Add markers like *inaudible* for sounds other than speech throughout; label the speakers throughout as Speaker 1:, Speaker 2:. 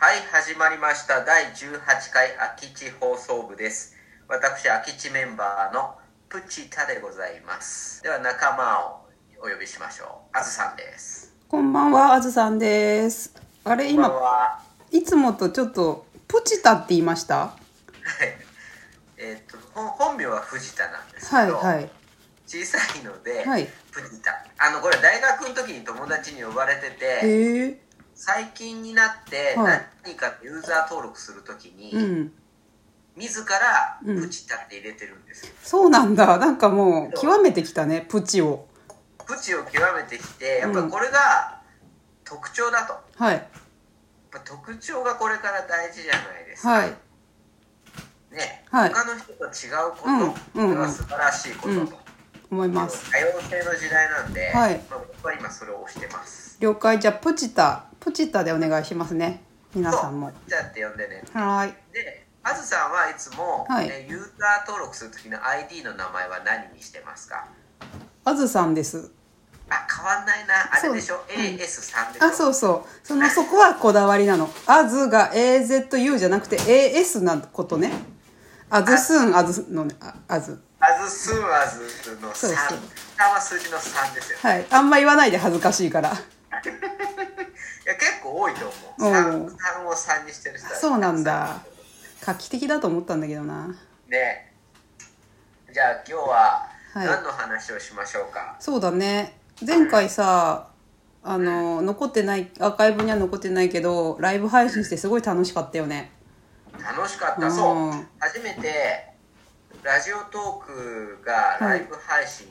Speaker 1: はい始まりました第18回空き地放送部です私空き地メンバーのプチタでございますでは仲間をお呼びしましょうあずさんです
Speaker 2: こんばんは、あずさんです。あれ、
Speaker 1: こんばん
Speaker 2: 今、
Speaker 1: はい
Speaker 2: つもとちょっと、プチタって言いました
Speaker 1: はいえーっと本本名は藤田なんです
Speaker 2: は
Speaker 1: け
Speaker 2: い、
Speaker 1: ど、
Speaker 2: はい。
Speaker 1: 小さいので、
Speaker 2: はい
Speaker 1: プチタあのこれ大学の時に友達に呼ばれて
Speaker 2: え
Speaker 1: て
Speaker 2: ー、
Speaker 1: 最近になって
Speaker 2: はい
Speaker 1: 何かユーザー登録する時に、
Speaker 2: うん。
Speaker 1: 自ら
Speaker 2: うん
Speaker 1: プチタって入れてるんですよ、
Speaker 2: そうなんだ。なんかもう、極めてきたね、プチを。
Speaker 1: プチを極めてきてやっぱりこれが特徴だと、や
Speaker 2: はい、
Speaker 1: っぱ特徴がこれから大事じゃないですか、
Speaker 2: はい、
Speaker 1: ね、
Speaker 2: はい
Speaker 1: 他の人と違うこと、
Speaker 2: うんうん
Speaker 1: これは素晴らしいことと、
Speaker 2: うん思い
Speaker 1: 多
Speaker 2: ます。
Speaker 1: 様性の時代なんで、
Speaker 2: はい
Speaker 1: まあ、僕は今それを押してます
Speaker 2: 了解。じゃあ、プチタ、プチタでお願いしますね。皆さんも。
Speaker 1: プチタって呼んでね
Speaker 2: はーい。
Speaker 1: であずさんはいつも、
Speaker 2: はい
Speaker 1: ねユーザー登録する時の ID の名前は何にしてますか
Speaker 2: あずさんです。
Speaker 1: あ変わんないなあれでしょ
Speaker 2: そう
Speaker 1: AS3 でしょ
Speaker 2: あ、そうそう。その、そこはこだわりなの。あずが AZU じゃなくて AS なことね。あずすん、あずのね、ああず。
Speaker 1: アズスーアズの3
Speaker 2: そうそう
Speaker 1: 下は数字の3ですよ、
Speaker 2: はい。あんま言わないで恥ずかしいから。
Speaker 1: いや結構多いと思う
Speaker 2: おう
Speaker 1: 3, 3を3にしてる人は
Speaker 2: そうなんだ画期的だと思ったんだけどな
Speaker 1: ねじゃあ今日は
Speaker 2: はい
Speaker 1: 何の話をしましょうか、
Speaker 2: そうだね前回さあの残ってないアーカイブには残ってないけどライブ配信してすごい楽しかったよね
Speaker 1: 楽しかった、
Speaker 2: うん
Speaker 1: そう初めてラジオトークがライブ配信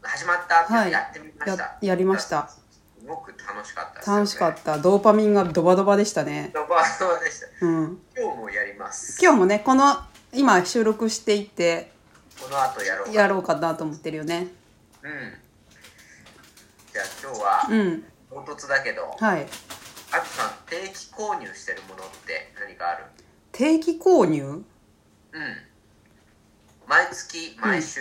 Speaker 1: 始まったって
Speaker 2: はい
Speaker 1: やってみました、
Speaker 2: ややりました
Speaker 1: すごく楽しかったですよね
Speaker 2: 楽しかったドーパミンがドバドバでしたね
Speaker 1: ドバドバでした
Speaker 2: うん
Speaker 1: 今日もやります
Speaker 2: 今日もねこの今収録していて
Speaker 1: この後やろうか
Speaker 2: やろうかなと思ってるよね
Speaker 1: うんじゃあ今日は
Speaker 2: うん
Speaker 1: 唐突だけど、
Speaker 2: はい
Speaker 1: あきさん定期購入してるものって何かある
Speaker 2: 定期購入
Speaker 1: うん毎月毎週、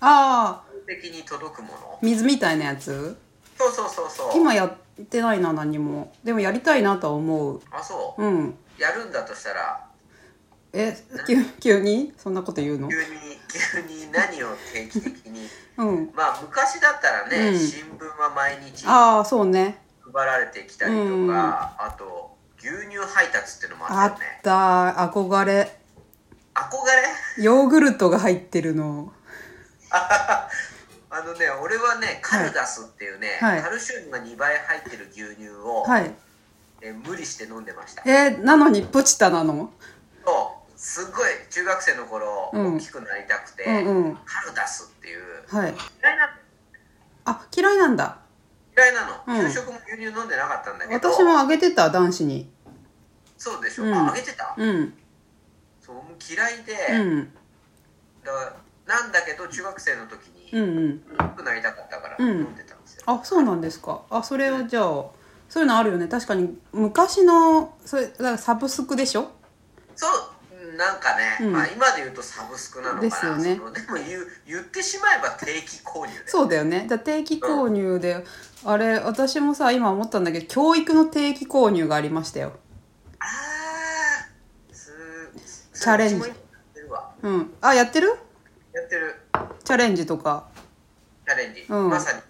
Speaker 2: ああ
Speaker 1: 的に届くもの
Speaker 2: 水みたいなやつ
Speaker 1: そうそうそうそう
Speaker 2: 今やってないな何もでもやりたいなとは思う
Speaker 1: あそう、
Speaker 2: うん
Speaker 1: やるんだとしたら
Speaker 2: え急急にそんなこと言うの
Speaker 1: 急に急に何を定期的 *laughs* に
Speaker 2: うん
Speaker 1: まあ昔だったらね、
Speaker 2: うん
Speaker 1: 新聞は毎日配
Speaker 2: ああそうね
Speaker 1: られてきたりとか、
Speaker 2: うん
Speaker 1: あと牛乳配達っていうのもあ
Speaker 2: あ
Speaker 1: ったよね
Speaker 2: った憧れ
Speaker 1: 憧れ
Speaker 2: ヨーグルトが入ってるの
Speaker 1: あのね俺はねカルダスっていうね、
Speaker 2: はい
Speaker 1: カルシウムが2倍入ってる牛乳を、
Speaker 2: はい
Speaker 1: え無理して飲んでました
Speaker 2: えーなのにプチタなの
Speaker 1: そうすっごい中学生の頃、
Speaker 2: うん
Speaker 1: 大きくなりたくて、
Speaker 2: うんうん
Speaker 1: カルダスっていう
Speaker 2: はい
Speaker 1: 嫌いな
Speaker 2: あ嫌いなんだ
Speaker 1: 嫌いなの、
Speaker 2: うん
Speaker 1: 給食も牛乳飲んでなかったんだけど
Speaker 2: 私もあげてた男子に
Speaker 1: そうでしょ、
Speaker 2: うん
Speaker 1: ああげてた、
Speaker 2: うん
Speaker 1: そうもう嫌いで、
Speaker 2: うん
Speaker 1: だからなんだけど中学生の時に
Speaker 2: うんうん
Speaker 1: 良くなりたかったから
Speaker 2: うん
Speaker 1: 飲んでたんですよ、
Speaker 2: あそうなんですかあそれをじゃあそういうのあるよね確かに昔のそれだからサブスクでしょ
Speaker 1: そううんなんかね、
Speaker 2: うん
Speaker 1: まあ、今で言うとサブスクなのかな
Speaker 2: ですよね
Speaker 1: そのでも言う言ってしまえば定期購入で
Speaker 2: そうだよねだから定期購入であれ私もさ今思ったんだけど教育の定期購入がありましたよ
Speaker 1: ああす
Speaker 2: チャレンジ
Speaker 1: それうちもやってるわ
Speaker 2: うんあやってる
Speaker 1: やってる
Speaker 2: チャレンジとか
Speaker 1: チャレンジ、
Speaker 2: うん
Speaker 1: まさに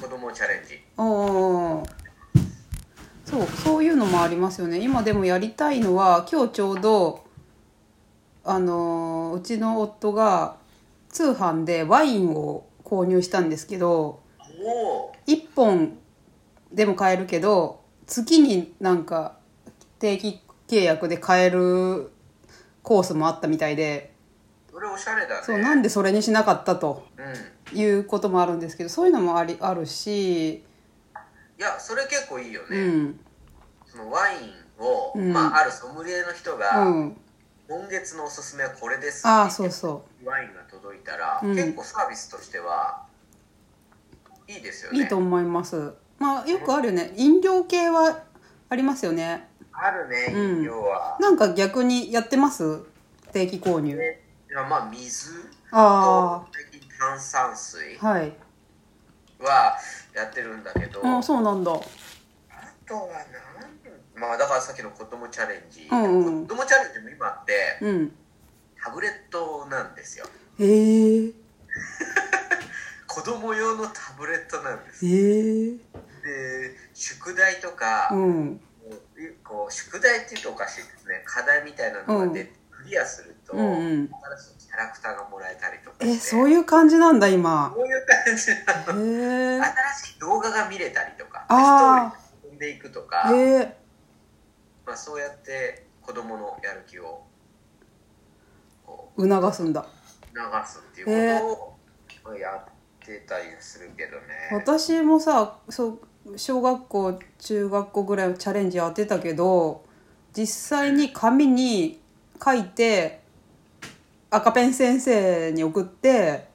Speaker 1: 子供チャレンジ
Speaker 2: おーそうそういうのもありますよね今でもやりたいのは今日ちょうどあのーうちの夫が通販でワインを購入したんですけど
Speaker 1: おお
Speaker 2: 1本でも買えるけど月になんか定期契約で買えるコースもあったみたいで
Speaker 1: それおしゃれだね
Speaker 2: そうなんでそれにしなかったと
Speaker 1: うん
Speaker 2: いうこともあるんですけどそういうのもありあるし、
Speaker 1: いやそれ結構いいよね、
Speaker 2: うん、
Speaker 1: そのワインを、
Speaker 2: うん
Speaker 1: まあ、あるソムリエの人が、
Speaker 2: うん、
Speaker 1: 今月のおすすめはこれです
Speaker 2: ああ
Speaker 1: って
Speaker 2: そ
Speaker 1: 言
Speaker 2: う
Speaker 1: って
Speaker 2: そ
Speaker 1: ワインが届いたら、
Speaker 2: うん
Speaker 1: 結構サービスとしてはいいですよ
Speaker 2: う
Speaker 1: ね
Speaker 2: いいと思いますまあよくあるよね飲料系はありますよね
Speaker 1: あるね
Speaker 2: うん
Speaker 1: 飲料は、
Speaker 2: なんか逆にやってます定期購入
Speaker 1: ねいやまあ水
Speaker 2: あ
Speaker 1: と炭酸水
Speaker 2: あはい
Speaker 1: はやってるんだけど
Speaker 2: あそうなんだ
Speaker 1: あとは何まあだからさっきの子供チャレンジ、
Speaker 2: うんうん
Speaker 1: 子供チャレンジも今って
Speaker 2: うん
Speaker 1: タブレットなんですよ
Speaker 2: えー、
Speaker 1: 子供用のタブレットなんです
Speaker 2: えー、
Speaker 1: で宿題とか、
Speaker 2: うん
Speaker 1: こう宿題っていうとおかしいですね課題みたいなのが出て、クリアすると、
Speaker 2: うんうん
Speaker 1: 新しいキャラクターがもらえたりとか
Speaker 2: えそう
Speaker 1: いう
Speaker 2: ういう感じなんだ今
Speaker 1: こういう感じ
Speaker 2: へえ
Speaker 1: なの、
Speaker 2: ー、
Speaker 1: 新しい動画が見れたりとか
Speaker 2: あー
Speaker 1: ストーリーが進んでいくとか、
Speaker 2: えー、
Speaker 1: まあ、そうやって子供のやる気をこう
Speaker 2: 促すんだ
Speaker 1: 流すっていうことをやってたりするけどね、
Speaker 2: 私もさそう小学校中学校ぐらいのチャレンジやってたけど実際に紙に書いて赤ペン先生に送って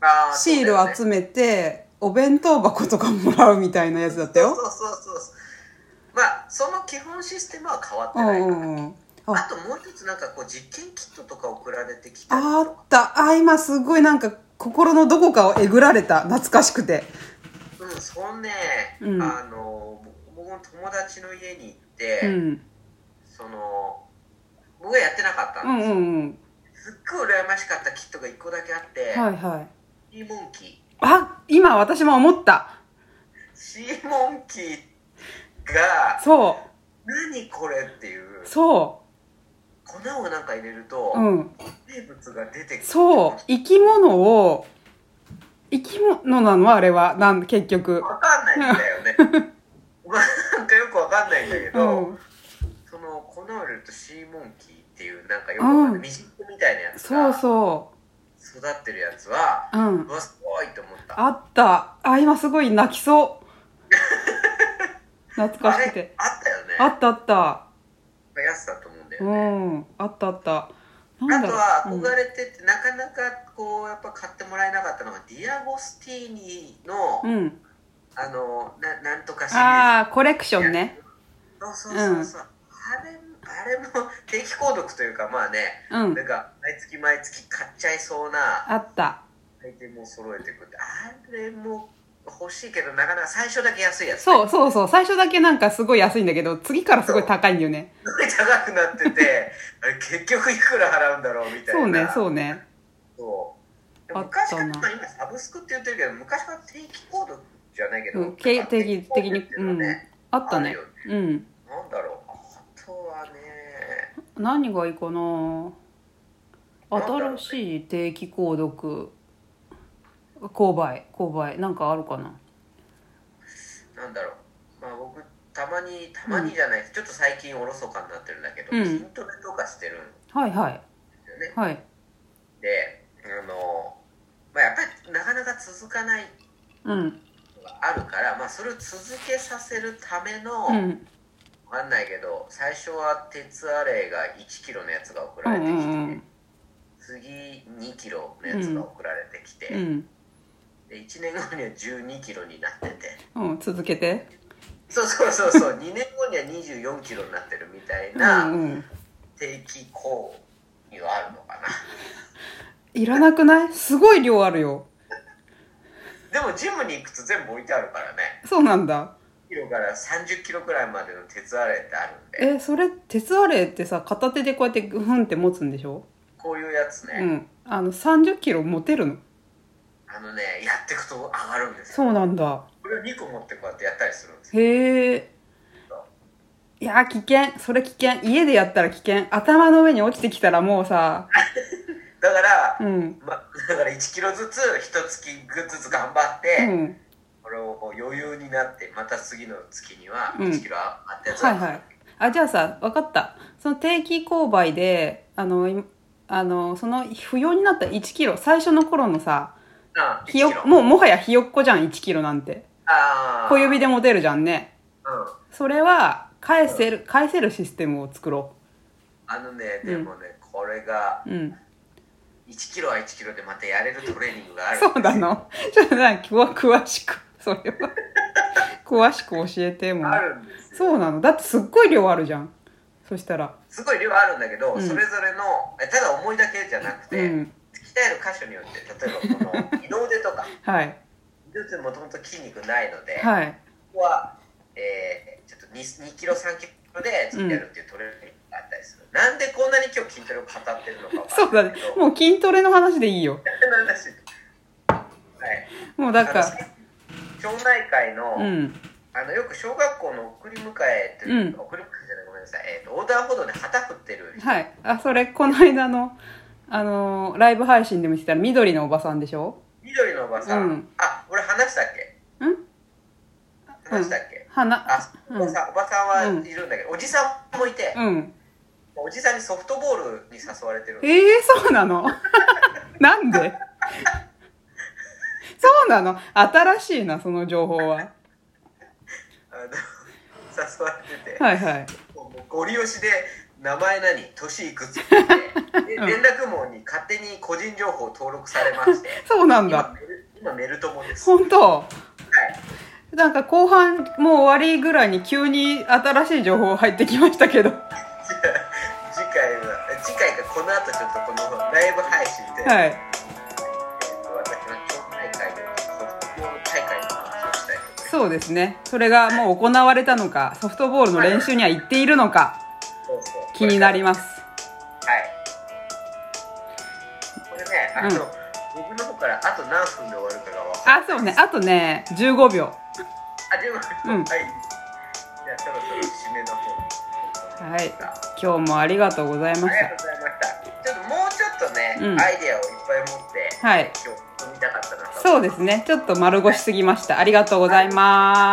Speaker 1: あー
Speaker 2: シール集めてお弁当箱とかもらうみたいなやつだったよ。
Speaker 1: そうそうそうそうまあその基本システムは変わって
Speaker 2: う
Speaker 1: ない
Speaker 2: ん
Speaker 1: か
Speaker 2: う
Speaker 1: ら、
Speaker 2: んうん、
Speaker 1: あ
Speaker 2: あ
Speaker 1: ともう一つなんかこう実験キットとか送られてきたり
Speaker 2: あ
Speaker 1: と
Speaker 2: っ
Speaker 1: か
Speaker 2: たあ今すごいなんか心のどこかをえぐられた懐かしくて。
Speaker 1: うんそんね、
Speaker 2: うん
Speaker 1: あの僕の友達の家に行って、
Speaker 2: うん、
Speaker 1: その僕はやってなかった
Speaker 2: うんん
Speaker 1: で
Speaker 2: う
Speaker 1: す、
Speaker 2: んうん
Speaker 1: すっごい羨ましかったキットが1個だけあって、
Speaker 2: はいはい。
Speaker 1: シーモンキ
Speaker 2: あ今私も思った
Speaker 1: ーシーモンキーが
Speaker 2: そ
Speaker 1: 何これっていう
Speaker 2: うそ
Speaker 1: 粉をなんか入れると、
Speaker 2: ううん。
Speaker 1: 名物が出てくる
Speaker 2: そう生き物を生き物なのあれはなん結局
Speaker 1: わかんないんだよねまあなんかよくわかんないんだけ
Speaker 2: う
Speaker 1: ど、
Speaker 2: ん
Speaker 1: その粉を入れるとシーモンキーっていうなんかよくわかんない
Speaker 2: うん
Speaker 1: ミジンコみたいなやつ
Speaker 2: そう
Speaker 1: が
Speaker 2: そ
Speaker 1: 育ってるやつは
Speaker 2: ううん
Speaker 1: うわすごいと思った
Speaker 2: あったあ今すごい泣きそう
Speaker 1: *laughs*
Speaker 2: 懐か
Speaker 1: あ
Speaker 2: しくて
Speaker 1: れあったよね
Speaker 2: あったあった
Speaker 1: やつだと思うんだよ
Speaker 2: う
Speaker 1: ね、
Speaker 2: んあったあったな
Speaker 1: あ
Speaker 2: んだ
Speaker 1: と
Speaker 2: ろ
Speaker 1: は
Speaker 2: う、うん
Speaker 1: 憧れててなかなかこうやっぱ買ってもらえなかったのがディアゴスティーニの、
Speaker 2: うん、
Speaker 1: あのななんとかシリーズ
Speaker 2: ああコレクションね
Speaker 1: そうそうそうそう、あれあれも *laughs* 定期購読というかまあね
Speaker 2: うん
Speaker 1: なんか毎月毎月買っちゃいそうな
Speaker 2: あった
Speaker 1: アイテムを揃えてくってあれも欲しいけどなかなか最初だけ安いやつ、
Speaker 2: そう
Speaker 1: す
Speaker 2: そうそう最初だけなんかすごい安いんだけど次からすごい高いんだよね
Speaker 1: ごい高くなっててあれ結局いくら払うんだろうみたいな
Speaker 2: そうね
Speaker 1: う
Speaker 2: そうね
Speaker 1: そうで
Speaker 2: あ
Speaker 1: も
Speaker 2: ったな
Speaker 1: 昔からまあ今サブスクって言ってるけど昔から定期購読じゃないけど、
Speaker 2: うん定期的に
Speaker 1: 定期購読っていうのはね
Speaker 2: あったね
Speaker 1: るよ
Speaker 2: うん
Speaker 1: なんだろうあとはね
Speaker 2: 何がいいかな
Speaker 1: なんだろうね
Speaker 2: 新しい定期購読購買購買なんかあるかな
Speaker 1: なんだろうまあ僕たまにたまにじゃない、ちょっと最近おろそかになってるんだけど、
Speaker 2: うん
Speaker 1: 筋トレとかしてるん
Speaker 2: はいはい
Speaker 1: だよね
Speaker 2: はい
Speaker 1: であの、まあ、やっぱりなかなか続かない
Speaker 2: うん
Speaker 1: のがあるから、まあ、それを続けさせるための、
Speaker 2: う
Speaker 1: わ
Speaker 2: ん
Speaker 1: かんないけど最初は鉄アレイが1キロのやつが送
Speaker 2: う
Speaker 1: られ
Speaker 2: ん
Speaker 1: て
Speaker 2: う
Speaker 1: きて、
Speaker 2: ん
Speaker 1: 次2キロのやつが送られてきて、
Speaker 2: うん
Speaker 1: で1年後には12キロになってて
Speaker 2: うんうん続けて
Speaker 1: そうそうそうそう2
Speaker 2: *laughs*
Speaker 1: 年後には24キロになってるみたい
Speaker 2: うん
Speaker 1: な
Speaker 2: うん
Speaker 1: 定期購入はあるのかな。
Speaker 2: いらなくないすごい量あるよ
Speaker 1: でもジムに行くと全部置いてあるからね
Speaker 2: そうなんだ
Speaker 1: 1キロから30キロくらいまでの鉄アレイってあるんで
Speaker 2: えそれ鉄アレイってさ片手でこうやってグフンって持つんでしょ
Speaker 1: こういうやつね、
Speaker 2: うんあの30キロ持てるの
Speaker 1: あのねやっていくと上がるんです
Speaker 2: そ
Speaker 1: よ
Speaker 2: うなんだ
Speaker 1: これを2個持ってこうやってやったりするんですよ
Speaker 2: へえいやー危険それ危険家でやったら危険頭の上に落ちてきたらもうさ
Speaker 1: だから、
Speaker 2: うん
Speaker 1: ま、だから1キロずつ一月ずつ頑張っ
Speaker 2: う
Speaker 1: て、
Speaker 2: ん
Speaker 1: これを余裕になってまた次の月には
Speaker 2: うん
Speaker 1: 1キロあったやつ
Speaker 2: はいはいあじゃあさ分かったその定期購買であのいあのその不要になった1キロ最初の頃のさ
Speaker 1: あ1
Speaker 2: ひ
Speaker 1: キ
Speaker 2: よ
Speaker 1: ロ
Speaker 2: もうもはやひよっこじゃん1キロなんて
Speaker 1: あー
Speaker 2: 小指で持てるじゃんね
Speaker 1: うん
Speaker 2: それは返せる返せるシステムを作ろ
Speaker 1: あのねでもね、これが
Speaker 2: ううん
Speaker 1: 1キロは1キロでまたやれるトレーニングがある
Speaker 2: そうなの *laughs* ちょっとなんか詳詳しくそれは *laughs* 詳しく教えてもう
Speaker 1: あるんですよ
Speaker 2: そうなのだってすっごい量あるじゃんそしたら
Speaker 1: すごい量あるんだけど、
Speaker 2: うん
Speaker 1: それぞれのえただ重いだけじゃなく
Speaker 2: う
Speaker 1: て、
Speaker 2: ん
Speaker 1: 鍛える箇所によって例えばこの二の腕とか *laughs*
Speaker 2: はい
Speaker 1: 二の腕もともと筋肉ないので、
Speaker 2: はい
Speaker 1: ここは、えーちょっと 2, 2キロ3キプでやるっていうトレーニングがあったりする、なんでこんなに今日筋トレを語ってるのかわ
Speaker 2: そう
Speaker 1: か
Speaker 2: だ
Speaker 1: んな
Speaker 2: ね
Speaker 1: いけど
Speaker 2: もう筋トレの話でいいよ
Speaker 1: なんだし *laughs* はい
Speaker 2: もうだか
Speaker 1: あの
Speaker 2: ら
Speaker 1: 町内会の,、
Speaker 2: うん
Speaker 1: あのよく小学校の送り迎えというか、送り迎えじゃないごめんなさい、えー、と横断歩道で旗振ってる人、
Speaker 2: はいあそれこの間のあのーライブ配信で見てたら緑のおばさんでしょ
Speaker 1: 緑のおばさん、
Speaker 2: うん
Speaker 1: あ俺話したっけ
Speaker 2: ん
Speaker 1: 話したっけ、
Speaker 2: 花
Speaker 1: あおばさんおばさんは
Speaker 2: う
Speaker 1: い
Speaker 2: ん
Speaker 1: るんだけど、おじさんもいて、
Speaker 2: うん
Speaker 1: おじさんにソフトボールに誘われてる
Speaker 2: ええそうなの *laughs* なんで *laughs* そうなの新しいなその情報は
Speaker 1: あの誘われてて、
Speaker 2: はいはい
Speaker 1: もうゴリ押しで名前何年いく
Speaker 2: *laughs*
Speaker 1: つって言ってで
Speaker 2: うん
Speaker 1: 連絡網に勝手に個人情報登録されまして
Speaker 2: そうなん
Speaker 1: 今
Speaker 2: だ
Speaker 1: メル今メルトモです、はい、
Speaker 2: 本当なんか後半もう終わりぐらいに急に新しい情報入ってきましたけど
Speaker 1: *laughs*
Speaker 2: は
Speaker 1: 次回はえ次回がこの後ちょっとこのライブ配信で、
Speaker 2: い
Speaker 1: 私の町内会のソフトボール大会の話をしたいと思います
Speaker 2: そうですねそれがもう行われたのかソフトボールの練習には行っているのか
Speaker 1: そうそう
Speaker 2: 気になります
Speaker 1: はい。これね、あの、
Speaker 2: うん
Speaker 1: 僕の方からあと何分で終わるかが分か
Speaker 2: あ
Speaker 1: る。
Speaker 2: そうねあとね15秒
Speaker 1: あ、でも、
Speaker 2: うん
Speaker 1: はい。じゃあ、そろそろ締めの方に。
Speaker 2: はい今日もありがとうござい
Speaker 1: あ
Speaker 2: まし
Speaker 1: りがとうございました。ちょっともうちょっとね、
Speaker 2: うん
Speaker 1: アイデアをいっぱい持って、
Speaker 2: たはい
Speaker 1: 今日、見たかったなと思います
Speaker 2: そうですねちょっと丸腰すぎましたありがとうございます